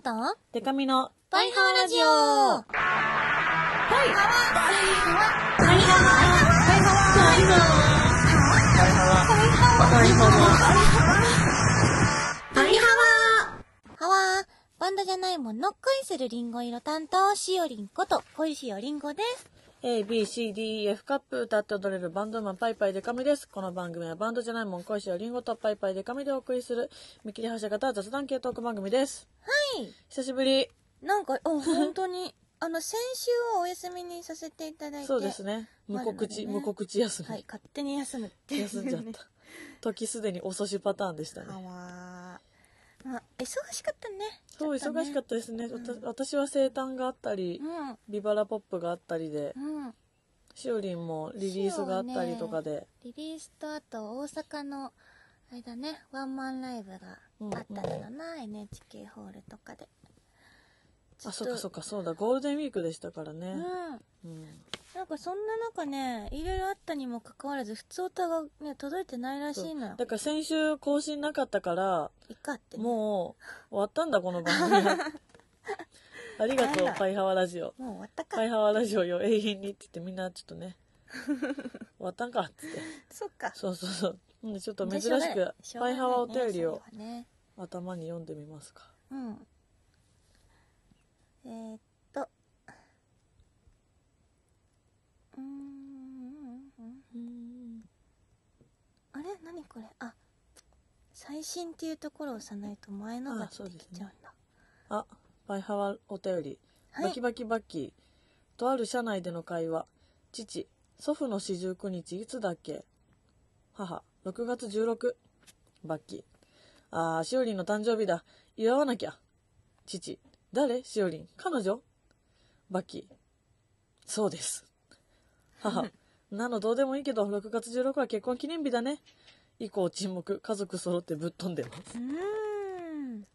とデカミのバイハーラジオバイハワバイハワバイハワバイハワバイハワバイハワバイハワバイハワハワーバンドじゃないもんの恋するリンゴ色担当、しおりんこと、恋しおりんごです。 A, B, C, D, E, F カップ歌って踊れるバンドマンパイパイデカミです。この番組はバンドじゃないもん恋しよりんごとパイパイデカミでお送りする見切り発車型雑談系トーク番組です。はい。久しぶり。なんか、お、本当に、あの、先週はお休みにさせていただいて。そうですね。無告知、無告知休み。はい、勝手に休むっていうね休んじゃった。時すでに遅しパターンでしたあね。わーまあ、忙しかったね。そう、ちょ忙しかったですね。わた私は生誕があったりと、ねビバラポップがあったりで、うん。うん。しおりんもリリースがあったりとかで、リリースとあと大阪の、あれだね、ワンマンライブがあったのだな、NHK ホールとかで。あ、そっかそっか。か、そうだ、ゴールデンウィークでしたからうね。ん。うんなんかそんな中ね、いろいろあったにもかかわらず、普通歌がね、届いてないらしいのよだ。から先週更新なかったからいかってね。もう終わったんだこの番組 ありがとあらうパイハワラジオもう終わったかパ。イハワラジオよ永遠にって言ってみんなちょっと ね終わったんかっつってそっか。そうそうそうなんでちょっと珍しじゃあょうがなくいしょうがなパイいねハワお便りそれをはね頭に読んでみますかうん。えー、っと。うーん。あれ何これあ、最新っていうところを押さないと前のがあそ出うてできすちねゃうんだ。あパイハワお便りはバいキ。バキバキ。とある社内での会話。父、祖父の四十九日いつだっけ母、6月16。バッキー。あー、しおりんの誕生日だ。祝わなきゃ。父、誰しおりん。彼女バッキー。そうです。 母、なのどうでもいいけど、6月16は結婚記念日だね。以降沈黙、家族揃ってぶっ飛んでます。うーん。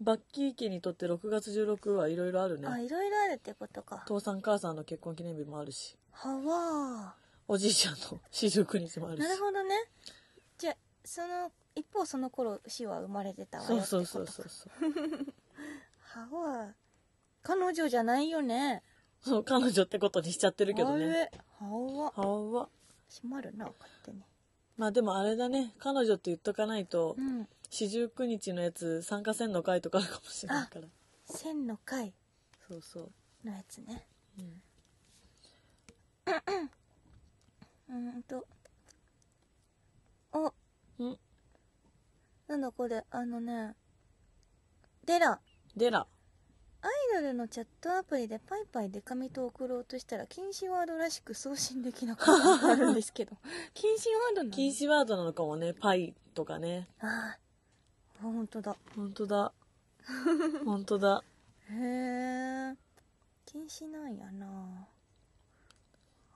バッキー家にとって6月16はいろいろあるね。あ、いろいろあるってことか。父さん母さんの結婚記念日もあるしはわおじいちゃんの四十九日もあー。るしなるほどね。じゃあ、その、一方その頃、死は生まれてたわよそっうてことそうか。そうそうそう はわー。彼女じゃないよね。そう彼女ってことにしちゃってるけどあねれ。はわ。はわ閉まるな、勝手に。まあでもあれだね彼女って言っとかないとうん。四十九日のやつ参加せんの会とかあるかもしれないから千の回そうそう、のやつねうんうーんとおうんなんだこれあのねデラでらアイドルのチャットアプリでパイパイデカミと送ろうとしたら禁止ワードらしく送信できなかったのがあるんです けど禁止ワードなの禁止ワードなのかもねパイとかねああほんとだ本当だ 本当だへえ禁止なんやな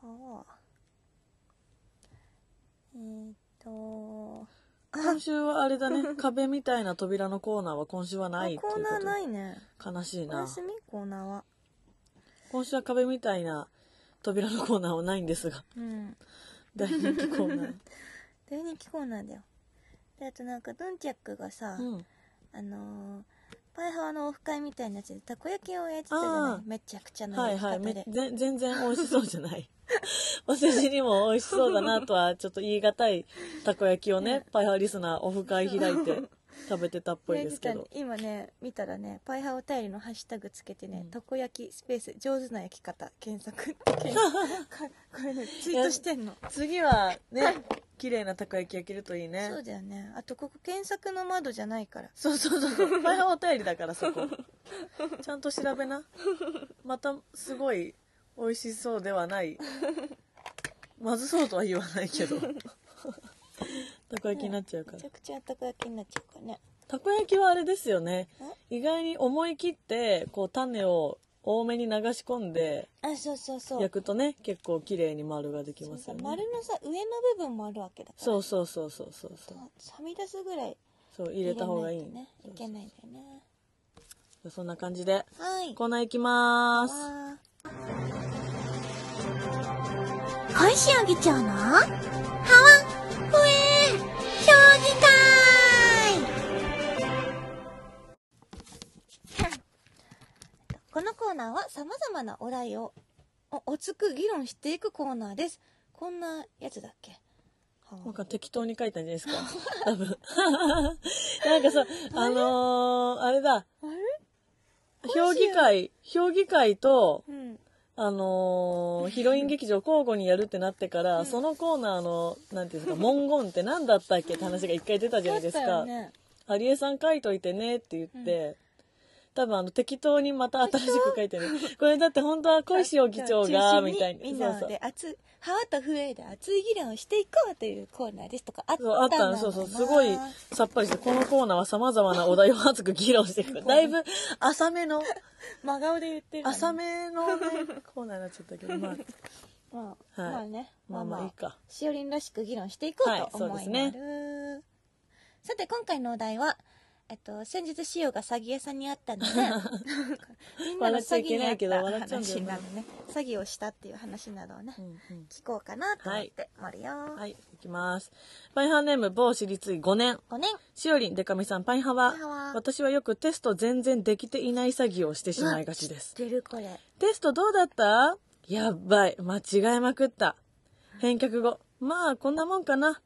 ああえー、っと今週はあれ だね壁みたいな扉のコーナーは今週はないっていうコーこナーとないね悲しいおな休みコーナーは今週は壁みたいな扉のコーナーはないんです がうん大人気コーナー大人気コーナーだよであとなんかドンチャックがさ、うんあのーパイハワのオフ会みたいなやつでたこ焼きを焼いてたじゃなあいめちゃくちゃなはい焼きは方いで、めぜ全然美味しそうじゃない 私にも美味しそうだなとはちょっと言い難いたこ焼きを ねパイハーリスナーオフ会開いて食べてたっぽいですけねど実は今ね見たらねパイハワお便りのハッシュタグつけてね、うんたこ焼きスペース上手な焼き方検 索って検索これねツイートしてんの次はね綺麗なたこ焼き焼けるといいねそうだよねあとここ検索の窓じゃないからそうそうそうそうパイハーお便りだからそこちゃんと調べなまたすごい美味しそうではないまずそうとは言わないけどたこ焼きになっちゃうからめちゃくちゃたこ焼きになっちゃうからねたこ焼きはあれですよね意外に思い切ってこう種を多めに流し込んであそうそうそう焼くとね結構綺麗に丸ができますそうよさね丸のさ上の部分もあるわけだからそうそうそうそうそうそうはみ出すぐらいそう入れた方がいい入れないとねいけないんだよねそうそんな感じではいコーナー行きまーす小石尾議長のハワふえー評議会 このコーナーは様々なお題をおおつく議論していくコーナーですこんなやつだっけはなんか適当に書いたんじゃないですか多分 なんかさあのー、あれだあれ評議会評議会とうんあのー、ヒロイン劇場交互にやるってなってから、そのコーナーのなんていうんですか文言って何だったっけって話が一回出たじゃないですだったかよね「ハリエさん書いといてね」って言って、多分あの適当にまた新しく書 いてるこれだって本当は小石尾議長が中心にみたいにみんなそうそうで熱い歯と笛で熱い議論をしていこうというコーナーですとかあったそう、あったんだろの、なそうそう、すごいさっぱりして、このコーナーは様々なお題を熱く議論してい く。だいぶ浅めの、真顔で言ってるのに浅めのね、コーナーになっちゃったけ ど、まあ、まあ、はいまあねまあまあいいか。しおりんらしく議論していこうとはいそう思でいすまねす、さて今回のお題はえっと先日しおが詐欺屋さんに会った のでみんなの詐欺に笑っちゃいけなあいっけどた笑っちゃうんだ話よねなのね詐欺をしたっていう話などをね、うんうん聞こうかなと思って、森よ、はい、いきます。パイハーネーム、某私立医5年。 5年しおりん、でかみさん、パイハワパイハワ。私はよくテスト全然できていない詐欺をしてしまいがちです。出るこれテストどうだったやっばい、間違えまくった。返却後、まあこんなもんかな。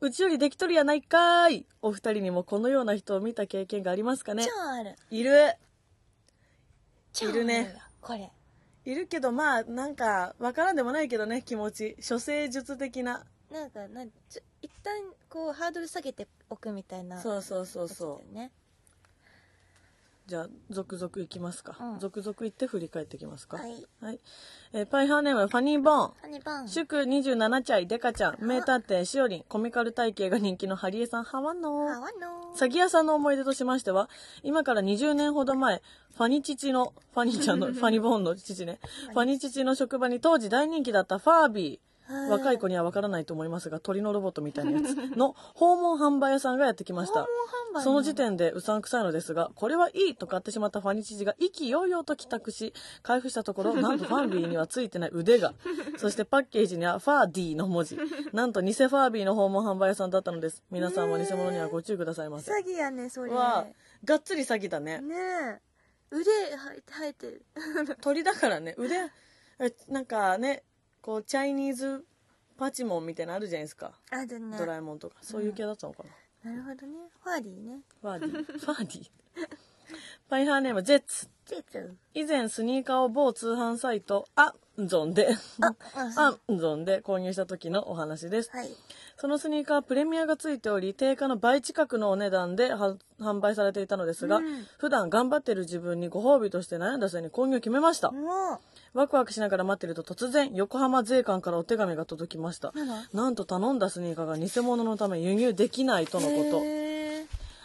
うちよりできとるやないかーい。お二人にもこのような人を見た経験がありますかね超あるいる。超あいるねわこれいるけど、まあなんか、わからんでもないけどね、気持ち。処世術的な。なんかなんちょ一旦こうハードル下げておくみたいなそうそうそううそねう。じゃあ、続々いきますか。うん続々いって振り返っていきますか。はい。えーパイハーネーム、ファニーボーン。ハニバン祝27チャイ、デカちゃん、名探偵、しおりん、コミカル体型が人気のハリエさん、ハワノー。ハワの詐欺屋さんの思い出としましては、今から20年ほど前、ファニ父の、ファニちゃ んの、ファニボーンの父ね、ファニ父の職場に当時大人気だったファービー、若い子にはわからないと思いますが、鳥のロボットみたいなやつの 訪問販売屋さんがやってきました。訪問販売なその時点でうさんくさいのですが、これはいいと買ってしまったファニチジが意気揚々と帰宅し、開封したと ころ、なんとファンビーにはついてない腕が、そしてパッケージにはファーディーの文字、なんと偽ファービーの訪問販売屋さんだったのです。皆さんも偽物にはご注意くださいませ。詐欺やねそれはねがっつり詐欺だねえ腕生えてる 鳥だからね腕えなんかねこうチャイニーズパチモンみたいなのあるじゃないですか、あるねドラえもんとかそういう系だったのかなるほどねファーディーねな、ファーディファーディパイハーネームジェッツチーズ以前スニーカーを某通販サイトアンゾンでああアンゾンで購入した時のお話ですはいそのスニーカーはプレミアがついており定価の倍近くのお値段では販売されていたのですが、普段頑張ってる自分にご褒美として悩んだ末に購入を決めました、もワクワクしながら待ってると突然横浜税関からお手紙が届きましうたなんなんと頼んだスニーカーが偽物のため輸入できないとのことへえ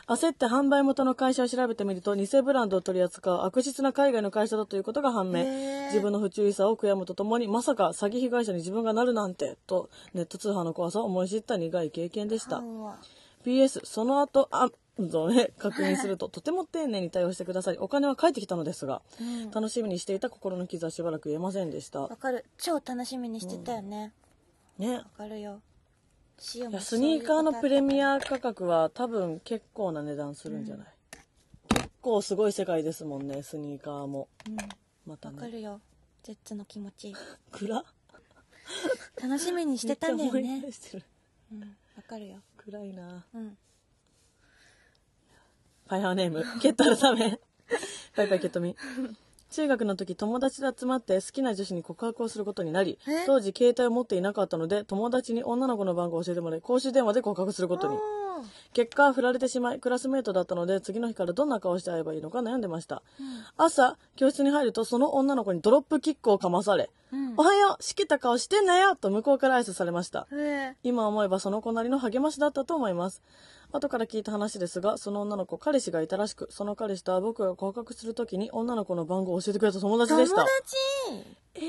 焦って販売元の会社を調べてみると偽ブランドを取り扱う悪質な海外の会社だということが判明へー自分の不注意さを悔やむとともにまさか詐欺被害者に自分がなるなんてとネット通販の怖さを思い知った苦い経験でしたうわ PS その後あぞね確認するととても丁寧に対応してくださいお金は返ってきたのですが、うん楽しみにしていた心の傷はしばらく言えませんでしたわかる超楽しみにしてたよねねわかるよ塩いやもスニーカーのプレミアア価格は多分結構な値段するんじゃない、結構すごい世界ですもんねスニーカーもまたわかねるよ絶ッツの気持ち暗楽しみにしてたんだよ めっちゃ思いね出してるうんわかるよ暗いなうんファイハーネ ームケット改めバイバイケットミ中学の時友達で集まって好きな女子に告白をすることになりえ当時携帯を持っていなかったので友達に女の子の番号を教えてもらい公衆電話で告白することにおー結果振られてしまいクラスメートだったので次の日からどんな顔して会えばいいのか悩んでました、朝教室に入るとその女の子にドロップキックをかまされ「うんおはようしきた顔してんなよ!」と向こうから挨拶されましたへえ今思えばその子なりの励ましだったと思います後から聞いた話ですがその女の子彼氏がいたらしくその彼氏とは僕が告白するときに女の子の番号を教えてくれた友達友でし達た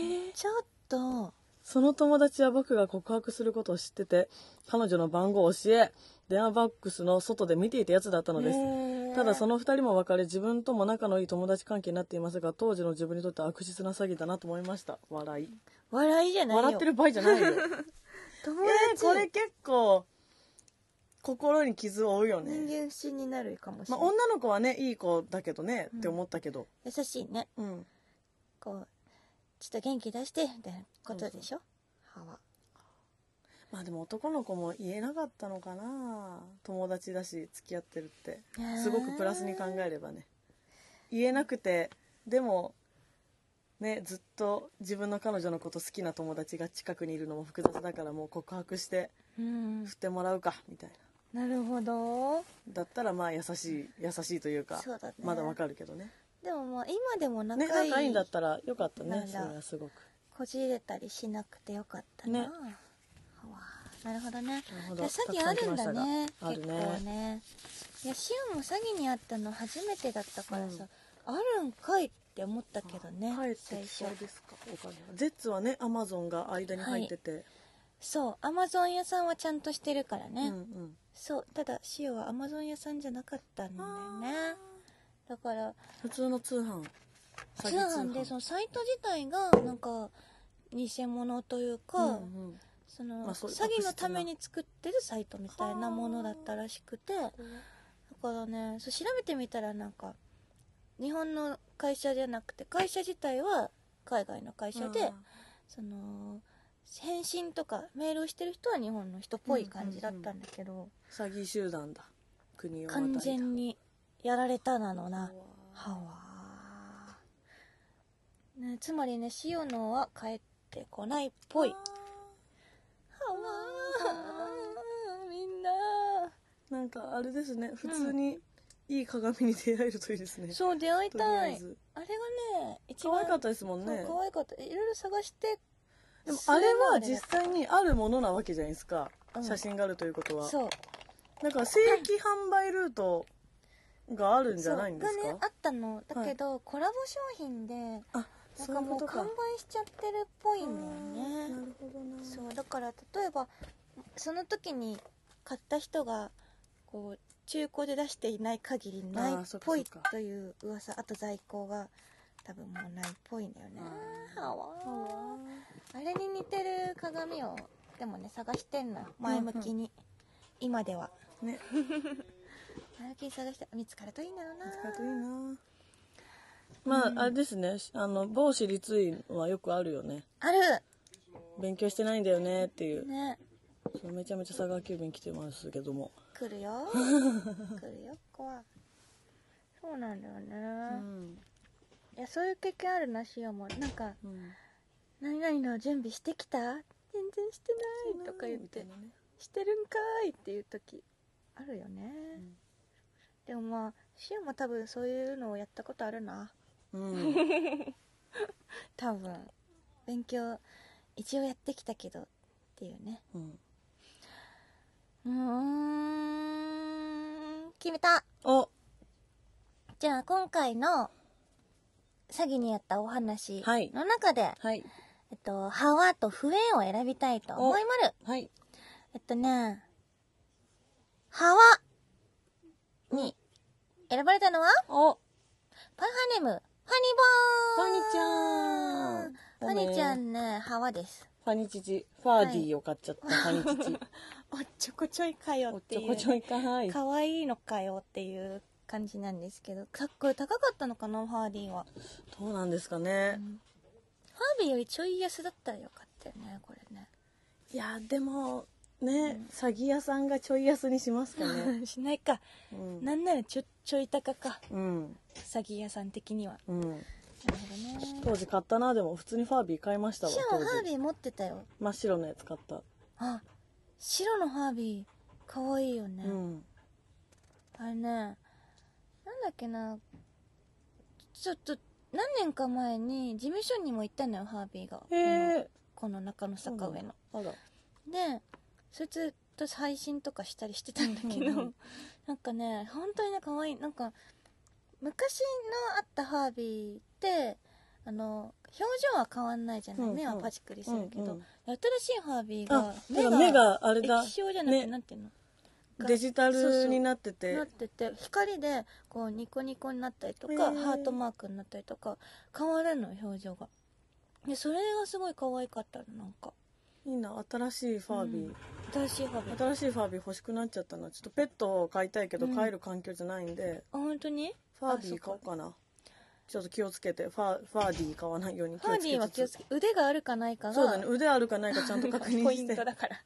ちょっとその友達は僕が告白することを知ってて彼女の番号を教え電話ボックスの外で見ていたやつだったのですただその2人も別れ自分とも仲のいい友達関係になっていますが当時の自分にとっては悪質な詐欺だなと思いました笑い笑いじゃないよ笑ってる場合じゃ ないよ友えー達、これ結構心に傷を負うよね、人間不信になるかもしれまあ、ない、女の子はねいい子だけどね、って思ったけど優しいねうんこうちょっと元気出してみたいなことでしょ歯はまあでも男の子も言えなかったのかな友達だし付き合ってるってすごくプラスに考えればね言えなくてでもねずっと自分の彼女のこと好きな友達が近くにいるのも複雑だからもう告白してうん振ってもらうかみたいななるほどだったらまあ優しい優しいというかそうだねまだわかるけどねでもまあ今でも仲ねいい,、仲いいんだったらよかったなねんそだれはすごくこじれたりしなくてよかったな、ね歯はなるほどねなるほじゃどあ詐たく欺さあん来るんましだたがねある結構ねねいやシオンも詐欺にあったの初めてだったからさ、あるんかいって思ったけどね帰って最き初そうですかお金はゼッツはねアマゾンが間に入ってて、そうアマゾン屋さんはちゃんとしてるからうんね、うんそうただシオはアマゾン屋さんじゃなかったんだよねだから普通の通販詐通欺販でそのサイト自体がなんか偽物というか、うんうんそのまあそういう詐欺のために作ってるサイトみたいなはあものだったらしくてだからねそう調べてみたらなんか日本の会社じゃなくて会社自体は海外の会社で、その返信とかメールをしてる人は日本の人っぽい感じだったんだけど、詐欺集団だ国をまたいだ完全にやられたなのなうわはわね、つまりね塩野は帰ってこないっぽいはわ みんななんかあれですね普通にいい鏡に出会えるといいですね、そう出会いとりあたえいずあれがね一可番愛かったですもんそねう可愛かったいろいろ探してでもあれはそれ実は際にあるものなわけじゃないですか、うん写真があるということはそうだから正規販売ルートがあるんじゃないんですそうかがねあったのだけど、コラボ商品であなんそういかうこもうとか完売しちゃってるっぽいんだよあーねなるほどなそうだから例えばその時に買った人がこう中古で出していない限りないっあーそっかぽそっいかという噂あと在庫が多分もうないっぽいんだよねあーはわーあれに似てる鏡をでもね探してんのよ前向きに、今ではね 前向きに探して見つかるといいんだろうな使うといいなまあ、あれですねあの某私立院はよくあるよねある勉強してないんだよねっていう、ねそのめちゃめちゃ佐川急便来てますけども、来る よ来るよ怖いそうなんだよね、うんいやそういう経験あるなしよもなんか「何々の準備してきた?」「全然してない」とか言ってみたいなね「してるんかい」っていう時あるよね、んでもまあしよも多分そういうのをやったことあるなうん、多分勉強一応やってきたけどっていうねうん、うーん決めたおじゃあ今回の詐欺にやったお話はいの中で、はいえっと、ハワと笛を選びたいと思いまる。はいえっとね、ハワに選ばれたのは、おパンハネム、ファニボファニちーファゃんニちゃフんね、ハワです。ァニチチファーディーを買っちゃった、ファニチチおっちょこちょいかよおっちょこちょいかはいかわいいのかよっていう感じなんですけど、かっこい高かったのかな、ハーディーは。どうなんですかね、ハービーよりちょい安だったらよかったよね、これね。いやでもね、詐欺屋さんがちょい安にしますか ねしないか。うんなんならちょ、ちょい高か。うん、詐欺屋さん的には。うん、なるほどね。当時買ったなでも普通にファービー買いましたわシオ当ンハー時ビー持ってたよ真っ白のやつ買った、あ白のハービーかわいいよね、うんあれねなんだっけなちょっと何年か前に事務所にも行ったのよハービーがへえこのこの中野坂上の、あらでそいつと配信とかしたりしてたんだけど、うんうんなんかね本当にね可愛いなんか昔のあったハービーってあの表情は変わんないじゃない、うんうん目はパチクリするけど、うんうん新しいハービーがあだから目があれだ液晶じゃなくて、ねなんていうのがデジタそうそルうになっててなってて光でこうニコニコになったりとか、へーハートマークになったりとか変わるのよ表情がでそれがすごい可愛かったのなんかいいな新しいファービー、新しいハービーあ新しいファービー欲しくなっちゃったなちょっとペットを飼いたいけどうん飼える環境じゃないんで、本当にファービー買おうかなちょっと気をつけてファーファーディー買わないようにファーディーは気をつけ腕があるかないかがそうだね腕あるかないかちゃんと確認 ポイしンてトだ から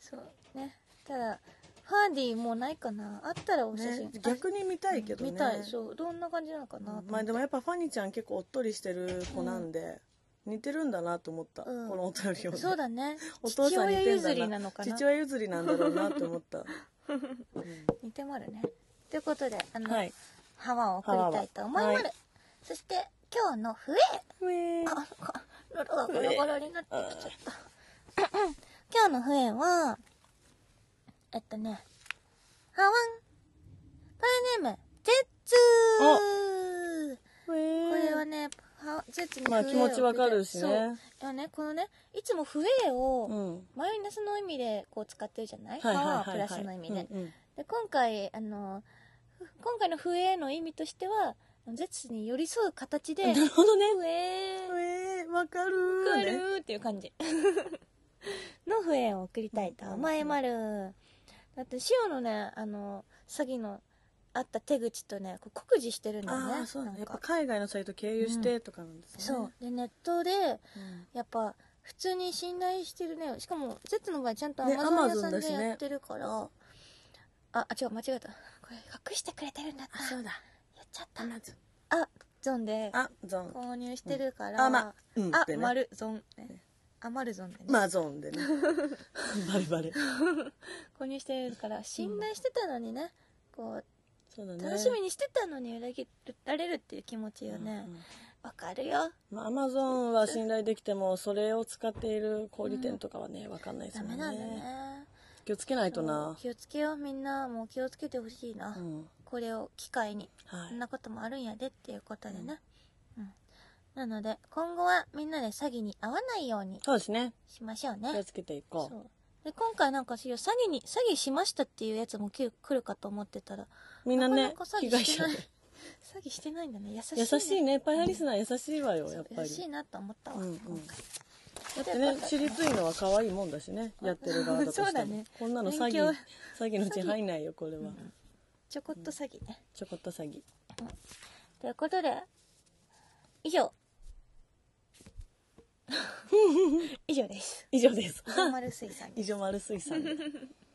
そうねただファーディーもうないかなあったらお写真、ね、逆に見たいけどね見たいそうどんな感じなのかなと思ってまあでもやっぱファニーちゃん結構おっとりしてる子なんで、似てるんだなと思った、うんこのお便りを、そうだねお父さん似てんだ父親譲なりなのかな父親譲りなんだろうなと思った、似てまるねということであの、 はいハワンを送りたいと思いまハる、ワンはいそして今日の笛あ喉がゴロゴロになってきちゃった。今日のフエは、えっとね、ハワン、パーネーム、ゼッツーこれはね、はゼッツにフエまあ気持ちわかるしそうねいやね、このね、いつもフエうを、んマイナスの意味でこう使ってるじゃない,、はいはいハはワンはいはいプラスの意味で。うんうんで今回、あの、ふ今回のフエの意味としては、ゼッツに寄り添う形で、なるほどねフエーえーわかるわかーるねーっていう感じの笛を送りたいと思いまるだって塩のねあの詐欺のあった手口とねこう酷似してるんだよねああそうだねなやんっかぱ海外のサイト経由してとかなんですね、そうでネットでうんやっぱ普通に信頼してるねしかも Z の場合ちゃんとアねマゾン屋 Amazon さんだしでねやってるから、ああ違う間違えたこれ隠してくれてるんだったそうだやっちゃったアマゾンあゾンであゾン購入してるから、あまうんあってねマルゾンねあマルゾンでねマゾンで ねバレバレ購入してるから信頼してたのにね、こそうだうね楽しみにしてたのに裏切られるっていう気持ちよねうんうんわ、かるよまあ、アマゾンは信頼できてもそれを使っている小売店とかはね分かんないですダもメんなんだねね気をつけないとな気をつけようみんなもう気をつけてほしいな、うんこれを機会にはこいんなこともあるんやでっていうことでね、うんなので今後はみんなで詐欺に遭わないようにそうですねしましょう気をねつけていそこううで今回なんかそういう詐欺に詐欺しましたっていうやつも来る来るかと思ってたらみんなねなかなか詐被欺害して者ない 詐欺してないんだね優しいね優しいねパイハリスナー優しいわよやっぱ嬉りしいなと思ったわ、うんうん今回だってね知りついのは可愛いもんだしねやってる側だとしてもそうだねこんなの詐勉欺強詐欺のうち入んないよこれは、んちょこっと詐欺ね、ちょこっと詐欺ということで以 上以上です以上です丸丸水産以上丸水さんで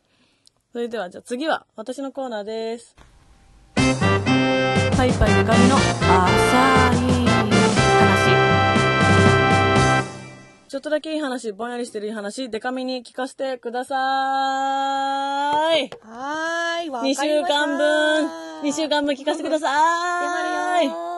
それではじゃあ次は私のコーナーですパイパイで髪の浅い話ちょっとだけいい話ぼんやりしてるいい話デカみに聞かせてくださーいはーいわかりま2した週間分2週間分聞かせてくださーい出まるよなー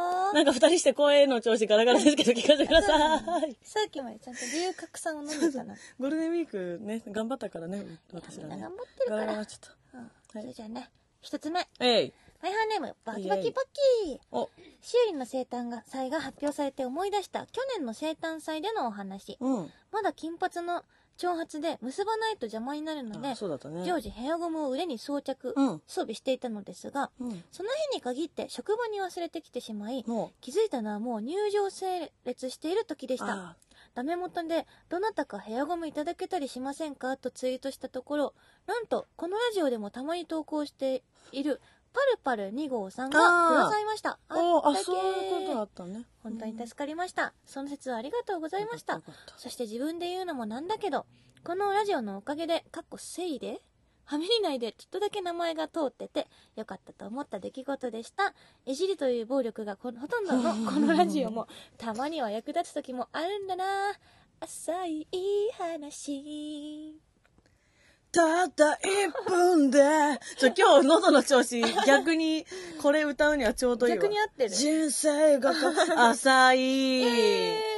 んか2人して声の調子ガラガラですけど聞かせてくださ ーいさっきまでちゃんと龍角散を飲んでたなゴールデンウィークね頑張ったからね私らみんなね頑張ってるかガらラガラになっちゃっうんはいそれじゃあね一つ目フたえいァイハーネームバキバキバキおシウリの生誕が祭が発表されて思い出した去年の生誕祭でのお話うんまだ金髪の長髪で結ばないと邪魔になるのであそうだったね常時ヘアゴムを腕に装着、うん装備していたのですがうんその日に限って職場に忘れてきてしまいも気づいたのはもう入場整列している時でうしたあダメ元で「どなたかヘアゴムいただけたりしませんか?」とツイートしたところなんとこのラジオでもたまに投稿しているパルパル2号さんがあーくださいましたおっあたけーそういうことあったね本当に助かりました、その説はありがとうございましたよかったよかっそして自分で言うのもなんだけどこのラジオのおかげでかっこ誠意ではみり内でちょっとだけ名前が通っててよかったと思った出来事でしたいじりという暴力がこほとんど のこのラジオもたまには役立つ時もあるんだな浅いいい話たった1分で ちょ今日喉の 調子逆にこれ歌うにはちょうどいいわ逆に合ってる人生が か浅い、えー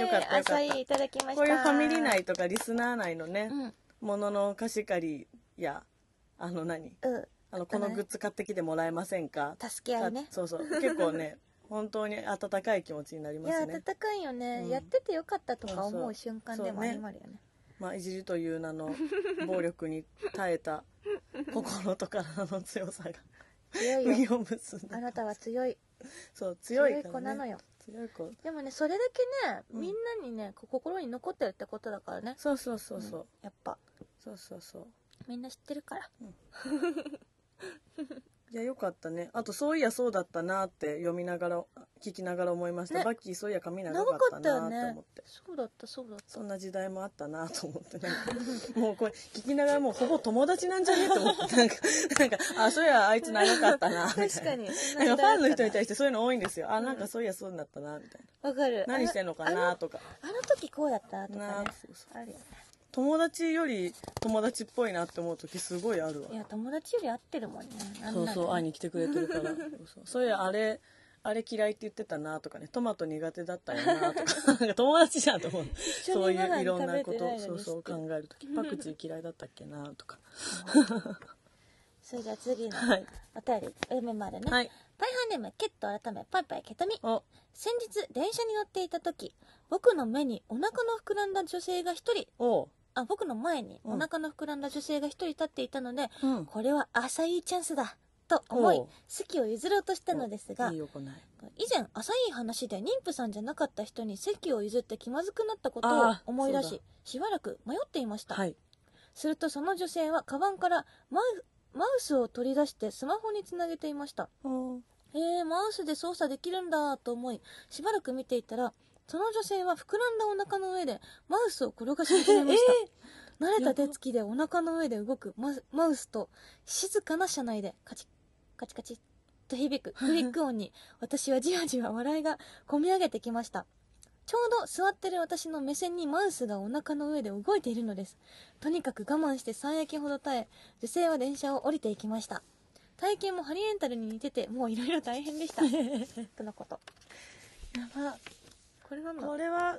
よかったよかった浅いいただきましたこういうファミリー内とかリスナー内のねう、んものの貸し借りやあの何うんあのこのグッズ買ってきてもらえませんか助け合いねそうそう結構ね本当に温かい気持ちになりいまやす温ねかいよね、うんやっててよかったとかそう思そうう瞬間でもありまるよねまあ、いじりという名 の暴力に耐えた心と体の強さが強いよ実を結んあだなたは強いそう強強いいか子ならのねよ強い子でもねそれだけね、うんみんなにねこう心に残ってるってことだからねそうそうそうそう、んやっぱそうそうそうみんな知ってるから、いやよかったねあとそういやそうだったなって読みながら聞きながら思いました、ねバッキーそういや髪長長かかったったよなってね思って、そうだったそうだっそんな時代もあったなと思ってなんか もうこれ聞きながらもうほぼ友達なんじゃねえと思ってなんかなんかあそういやあいつ長かったなみたたいな確 かにそんななん時代だっかファンたの人なに対してそういうの多いんですよあなんかそういやそうだったなみたいわかるな何してんのかなあとかあの時こうだったとなかあねそうそうあるよね友達より友達っぽいなって思う時すごいあるわいや友達より合ってるもんねなんそうならそう会いに来てくれてるからそうそうそういやあれあれ嫌いって言ってたなとかねトマト苦手だったよなとかなんか友達じゃんと思う緒にそうごいう飯いろんな食こべてないのとにそうそ知っうて考るえる時パクチー嫌いだったっけなとかそれじゃあ次の はいお便り、お読みまでね、はいパイハーネームケット改めパイパイケタミお先日電車に乗っていた時僕の目にお腹の膨らんだ女性が一人おあ僕の前にうんお腹の膨らんだ女性が一人立っていたので、うんこれは浅いチャンスだと思いおう席を譲ろうとしたのですがいいよこない以前浅い話で妊婦さんじゃなかった人に席を譲って気まずくなったことをあー思い出そうししばらく迷っていました、はいするとその女性はカバンからマウマウスを取り出してスマホにつなげていましたおえー、マウスで操作できるんだと思いしばらく見ていたらその女性は膨らんだお腹の上でマウスを転がし始めました、慣れた手つきでお腹の上で動くマスマウスと静かな車内でカチッカチカチッと響くクリック音に私はじわじわ笑いがこみ上げてきましたちょうど座ってる私の目線にマウスがお腹の上で動いているのですとにかく我慢して3駅ほど耐え女性は電車を降りていきました体型もハリエンタルに似ててもういろいろ大変でした とのことやばこれなんだこれは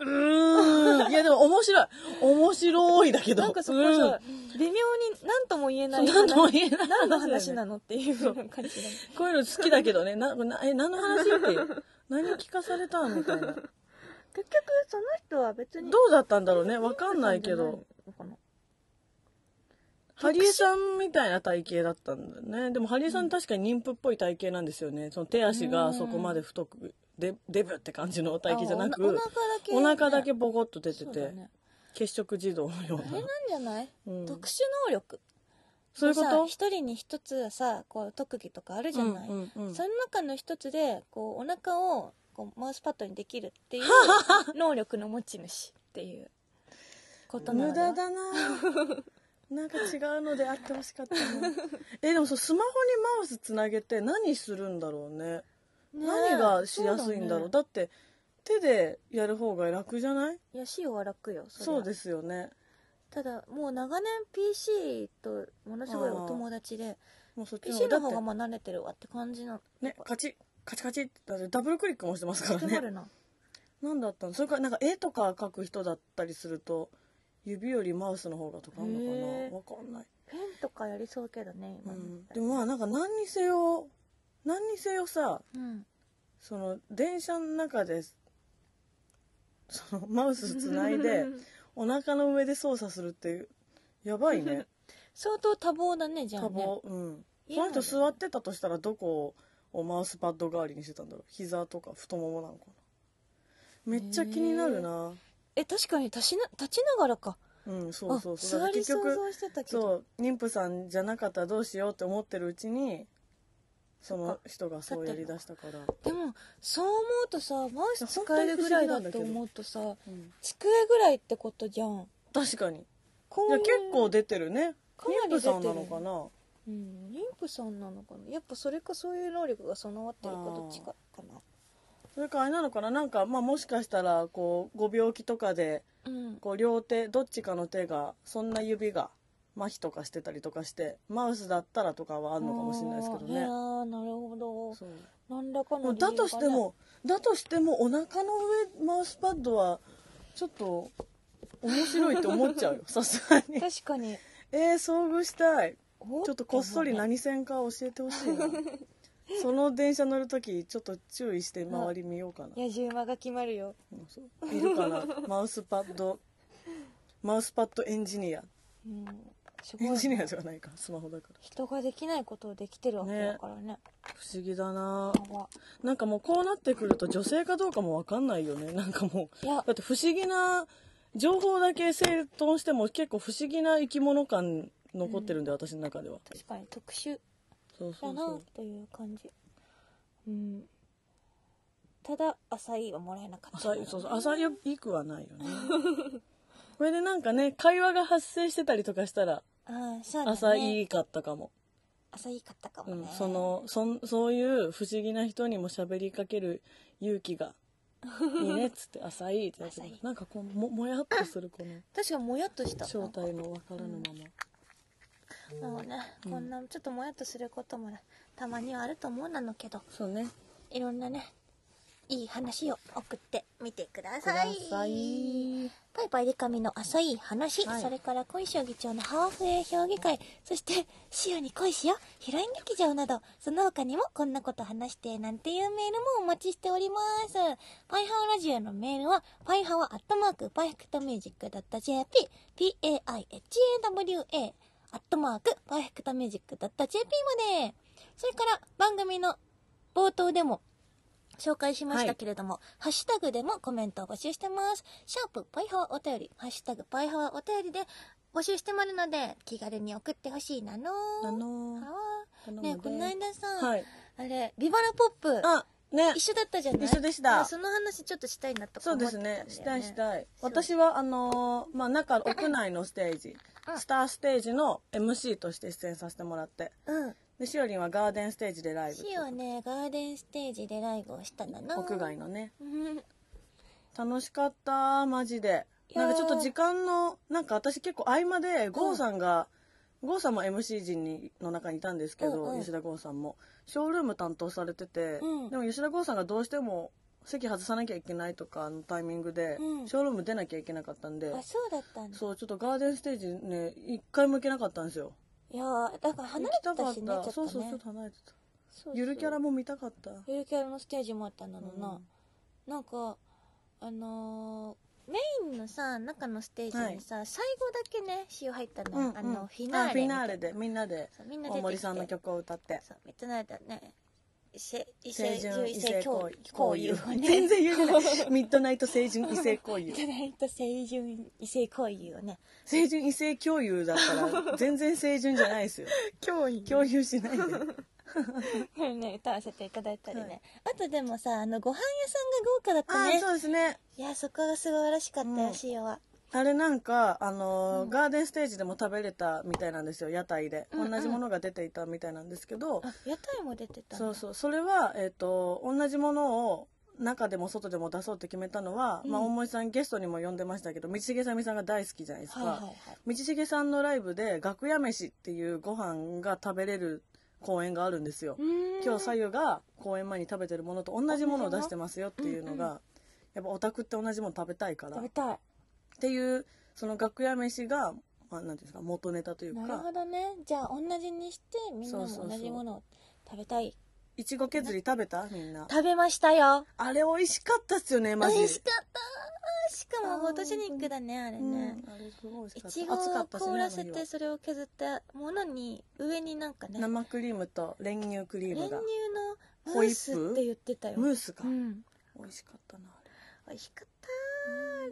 うーんいやでも面白い面白いだけどなんかそこさ、微妙に何とも言えないそう何とも言えない何の話なのっていう感じだねこういうの好きだけどね、な、なえ、何の話っていう。何聞かされたみたいな。ど結局その人は別にうだったんだろうねわかんないけど。ハリエさんみたいな体型だったんだよね。でもハリエさん確かに妊婦っぽい体型なんですよね。その手足がそこまで太く、で、デブって感じの体型じゃなあおく、お腹だけ腹だけボコッと出てそうて、だね血色児童のようあれなんな。じゃない、うん特殊能力そういうこさと一人に一つさこう特技とかあるじゃない、うんうんうんその中の一つでこうお腹をこうマウスパッドにできるって いう能力の持ち主っていうことなの無では駄 だなぁなんか違うのであってほしかったなえでもそうスマホにマウスつなげて何するんだろうねねえ何がしやすいんだろうだそねって手でやる方が楽じゃないいや仕様は楽よそれはそうですよねただもう長年 PC とものすごいお友達でもうそっちの PC の方だがっまあ慣れてるわって感じなてねカチッカチカチッだってダブルクリックもしてますから決まねるな何だったのそれからなんか絵とか描く人だったりすると指よりマウスの方がとかあるのかへえなわかんないペンとかやりそうけどね今ね、でもまあなんか何にせよ何にせよさうんその電車の中でそのマウスつないでお腹の上で操作するってやばい ね相当多忙だねじゃあ多ね忙、うんいそやの人座ってたとしたらどこをマウスパッド代わりにしてたんだろう膝とか太ももなのかなめっちゃ気になるな、え確かに立ちな立ちながらかうんそうそうそあう座り結想局像してたけどそう妊婦さんじゃなかったらどうしようって思ってるうちにその人がそうやりだしたから、でもそう思うとさマウス使えるぐらいだって思うとさうん机ぐらいってことじゃん確かにこいういやう結構出てるねかなり妊出て婦るさんなのかなうん妊婦さんなのかなやっぱそれかそういう能力が備わってるかどっちかかなそれかあれなのかななんか、まあ、もしかしたらこうご病気とかでうんこう両手どっちかの手がそんな指が麻痺とかしてたりとかしてマウスだったらとかはあるのかもしれないですけどあねーなるほどそう何らかものう理由がだねとしてもだとしてもお腹の上マウスパッドはちょっと面白いって思っちゃう よさすがに 確か にえー、遭遇したいおちょっとこっそり何線か教えてほしいな その電車乗るときちょっと注意して周り見ようかなやじ馬が決まるようんそういるかなマウスパッドマウスパッドエンジニアうんすごエンジいニアじゃないかスマホだか人ができないことをできてるわけねだからねら不思議だななんかなんかもうこうなってくると女性かどうかもわかんないよねなんかもういやだって不思議な情報だけ整頓しても結構不思議な生き物感残ってるんで、私の中では確かに特殊そうそだうなそうという感じうんただ浅いはもらえなかった朝そうそう朝よくはない よねこれでなんかね会話が発生してたりとかしたらうんそうだね朝いいかったかも、浅いかったかうもんね、、そのそんそういう不思議な人にも喋りかける勇 気がいいねっつって浅いってやつ浅いなんかこうももやっとするこの確かにもやっ とした正体のわからぬままもうね、うんこんなちょっともやっとすることもねたまにはあると思うなのけどそうねいろんなねいい話を送ってみてくだくださいさいパイパイデカミの浅い話、はいそれから恋将議長のハーフウェイ評議会、そして、潮に恋しよ、ヒロイン劇場など、その他にもこんなこと話してなんていうメールもお待ちしております。パイハワラジオのメールは、パイハワアットマーク、パーフェクトミュージック .jp、p-a-i-h-a-w-a、アットマーク、パーフェクトミュージック .jp まで。それから、番組の冒頭でも紹介しましたけれども、ハッシュタグでもコメントを募集してます。シャープパイハワお便り、ハッシュタグパイハワお便りで募集してもらうので、気軽に送ってほしいなのあのーはわ頼むねえ、でこの間さ、はいあれ、ビバラポップ、あね一緒だったじゃない一緒でしたあその話ちょっとしたいなとかそう思でってすたんだよね。ねしたいしたいそう私はあのーまあ中屋内のステージうんスターステージの MC として出演させてもらってうん。でしおりんはガーデンステージでライブシはね、ガーデンステージでライブをしたんだな。屋外のねうん。楽しかったマジでいやーなんかちょっと時間のなんか私結構合間で郷さんが、郷さんも MC 陣にの中にいたんですけど、うんうん吉田郷さんもショールーム担当されてて、うんでも吉田郷さんがどうしても席外さなきゃいけないとかのタイミングで、うんショールーム出なきゃいけなかったんであ、そうだったんだ。そうちょっとガーデンステージね一回も行けなかったんですよいやーだから離れて行きたかしね、ちょっとね。そうそうちょっと離れてたそうそうゆるキャラも見たかったゆるキャラのステージもあったんだろうな、うんなんかあのーメインのさ中のステージにさ、最後だけね塩入ったの、うんうんあのフィナーレあフィナーレでみんなでそうみんな出てき大て森さんの曲を歌ってそうめっちゃ慣れたね異性異性清純獣異異性性交交交友友をね全然言えてないミッドナイト清純異性 交い友ただいた清純異性交友をね清純異性共有だったら全然清純じゃないですよ共有共有しないでね歌わせていただいたりね、はいあとでもさあのご飯屋さんが豪華あだあったそねうですねいやそこが素晴らしかったうんよ塩は、あれなんか、あのーうんガーデンステージでも食べれたみたいなんですよ屋台で、うんうん同じものが出ていたみたいなんですけどあ屋台も出てたんだそうそうそれは、えー、と同じものを中でも外でも出そうって決めたのは、うんまあ、大森さんゲストにも呼んでましたけど道重さみさんが大好きじゃないですか、はいはいはい道重さんのライブで楽屋飯っていうご飯が食べれる公演があるんですよ、今日今左右が公演前に食べてるものと同じものを出してますよっていうのが、うんやっぱオタクって同じもの食べたいから食べったいていうその楽屋飯が、まあ、なんていうんですか元ネタというなるかほどねじゃあ同じにしてみんなもそうそうそう同じものを食べたいいちご削り食べたみんな食べましたよあれ美味しかったっすよね美マジ味しかったしかあーもフォトジェニックだねあれね、うん、あれすごい美い味ちしごかったをしね凍らせあの日てはそれを削ったものに上になんかね生クリームと練乳クリ練ーム乳がのムースって言ってたよムースが、うん美味しかったなあれ美味しかったあれ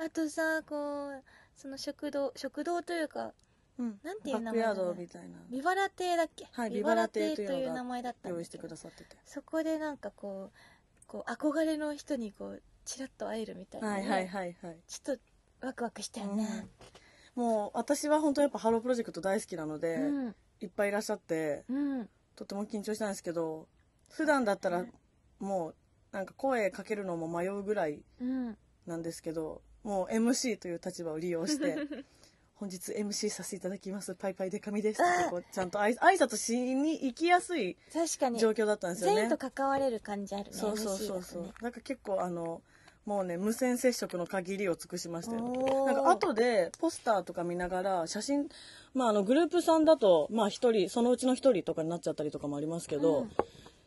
はあとさこうその食堂食堂というかうんなんていう名バ前ックヤーだねドみたいなビバラ亭だっけ、はいビバラ亭ビとバラ亭といういのうが名前だったんだけど用意してくださっててそこでなんかこうこう憧れの人にこうチラッと会えるみたいなはね、いはいはいはいちょっとワクワクしたよね、もう私は本当やっぱハロープロジェクト大好きなので、うんいっぱいいらっしゃってうんとても緊張したんですけど普段だったらもうなんか声かけるのも迷うぐらいうんなんですけどもう MC という立場を利用して 本日 MC させていただきますパイパイデカミですってこうちゃんとあい挨拶しに行きやすい確かに状況だったんですよ全員ねと関われる感じあるねそうそうそうそう MC だとねなんか結構あのもうね無線接触の限りを尽くしましたよねおなーんか後でポスターとか見ながら写真まああのグループさんだとまあ一人そのうちの一人とかになっちゃったりとかもありますけど、うん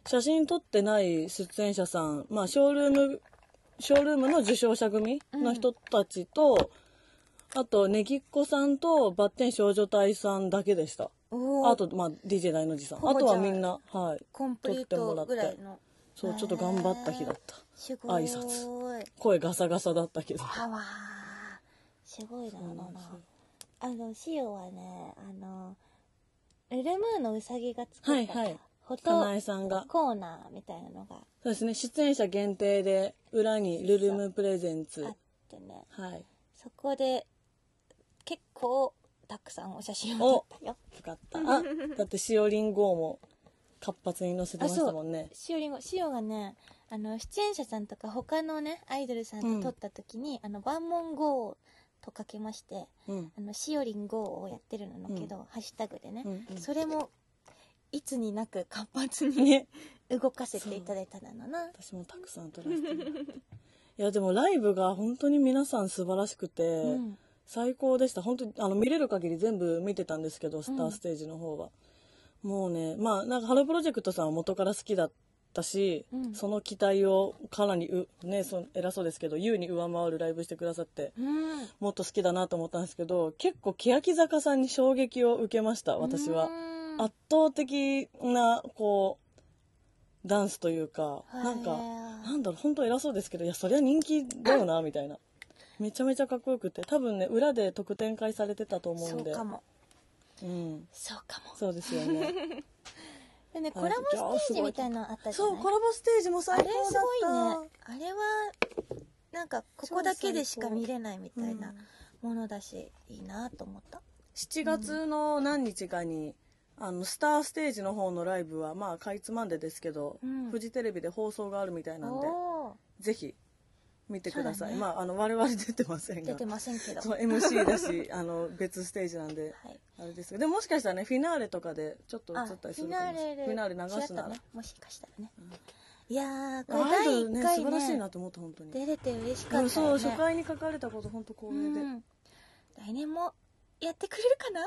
写真撮ってない出演者さんまあショールームショールームの受賞者組の人たちと、あとねぎっこさんとバッテン少女隊さんだけでしたおーあとまあ DJ 大の字さんあほぼとじゃあはみんなはいコンプリートぐらいのそうちょっと頑張った日だったすごい挨拶声ガサガサだったけどパワーすごいだろうそうななんですよあのシオはねあのルルムーのうさぎが作ったはいはいフォかなえトさんが。コーナーみたいなのがそうですね、出演者限定で、裏にルルムプレゼンツあ。ってねはい。そこで結構たくさんお写真を撮ったよよかった。あ、だってしおりん号も活発に載せてましたもんね。しおりんごしおがねあの出演者さんとか他のねアイドルさんと撮った時に「あの万文号」とかけましてうん「あのしおりん号」をやってるのだけど、ハッシュタグでね、うんうんそれもいつになく活発にね。 動かせていただいたのな私もたくさん撮らせてもらって。いや、でもライブが本当に皆さん素晴らしくて、うん最高でした本当にあの見れる限り全部見てたんですけどスターステージの方は、もうねまあなんかハロープロジェクトさんは元から好きだったし、うんその期待をかなりう、ね、その偉そうですけど優に上回るライブしてくださってうんもっと好きだなと思ったんですけど結構欅坂さんに衝撃を受けました私は、うん圧倒的なこうダンスというか、はいなんかなんだろう本当偉そうですけどいやそりゃ人気だよなみたいなめちゃめちゃかっこよくて多分ね裏で特典会されてたと思うそんでうかもうん、そうかもそ うですよねでねあコラボステージみたいなのあったじゃないラボステージもあ最れすごいねあれはなんかここだけでしか見れないみたいなものだし、いいなと思った7月の何日かに、あのスターステージの方のライブはまあかいつまんでですけど、うんフジテレビで放送があるみたいなんでおぜひ見てください、そうだねまああの我々出てませんーが出てませんけどそう MC だしあの別ステージなんではいあれですけどでももしかしたらねフィナーレとかでちょっと映あったりするかもしれないフィナーレ流すなら、ねもしかしたらね、いやーこれアイド第ルね1素回晴らしいねなと思った本当に出れて嬉しかったようねんそう初回に書かれたこと本当う光栄で、いいん来年もやってくれるかな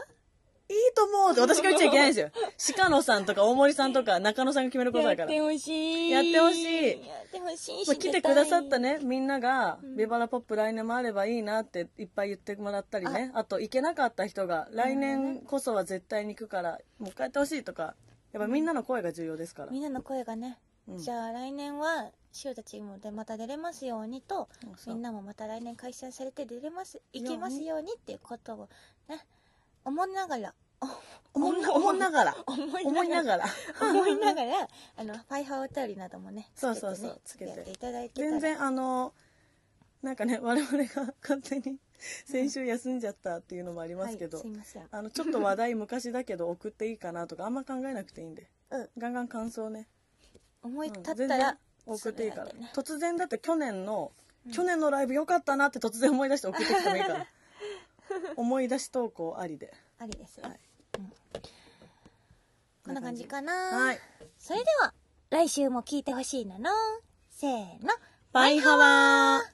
と思うって私が言っちゃいけないんですよ 鹿野さんとか大森さんとか中野さんが決めることだからほしいやってほしいやってほしいまあし来てくださったねねみんながうん「ビバラポップ来年もあればいいな」っていっぱい言ってもらったりねあと行けなかった人が「来年こそは絶対に行くからもう一回やってほしい」とかやっぱみんなの声が重要ですから、みんなの声がね、うんじゃあ来年は塩たちもでまた出れますようにとそうみんなもまた来年解散されて出れますよういにけますようにっていうことをね思いながら思いな思いながら思思い ながら思いながらあのファイハーお便りなどもねそうそうそうつけて,、ね、つやけてっていただいてたら全然あのなんかね我々が勝手に先週休んじゃったっていうのもありますけど、はい、すいませんあのちょっと話題昔だけど送っていいかなとかあんま考えなくていいんでうんガンガン感想ね思い立うんっ全たら然、送っていいから、すぐやって突然だって去年の、去年のライブ良かったなって突然思い出して送ってきてもいいから 思い出し投稿ありでありですよ、はいうんこんな感じかなはいそれでは来週も聞いてほしいなのせーのバイハワー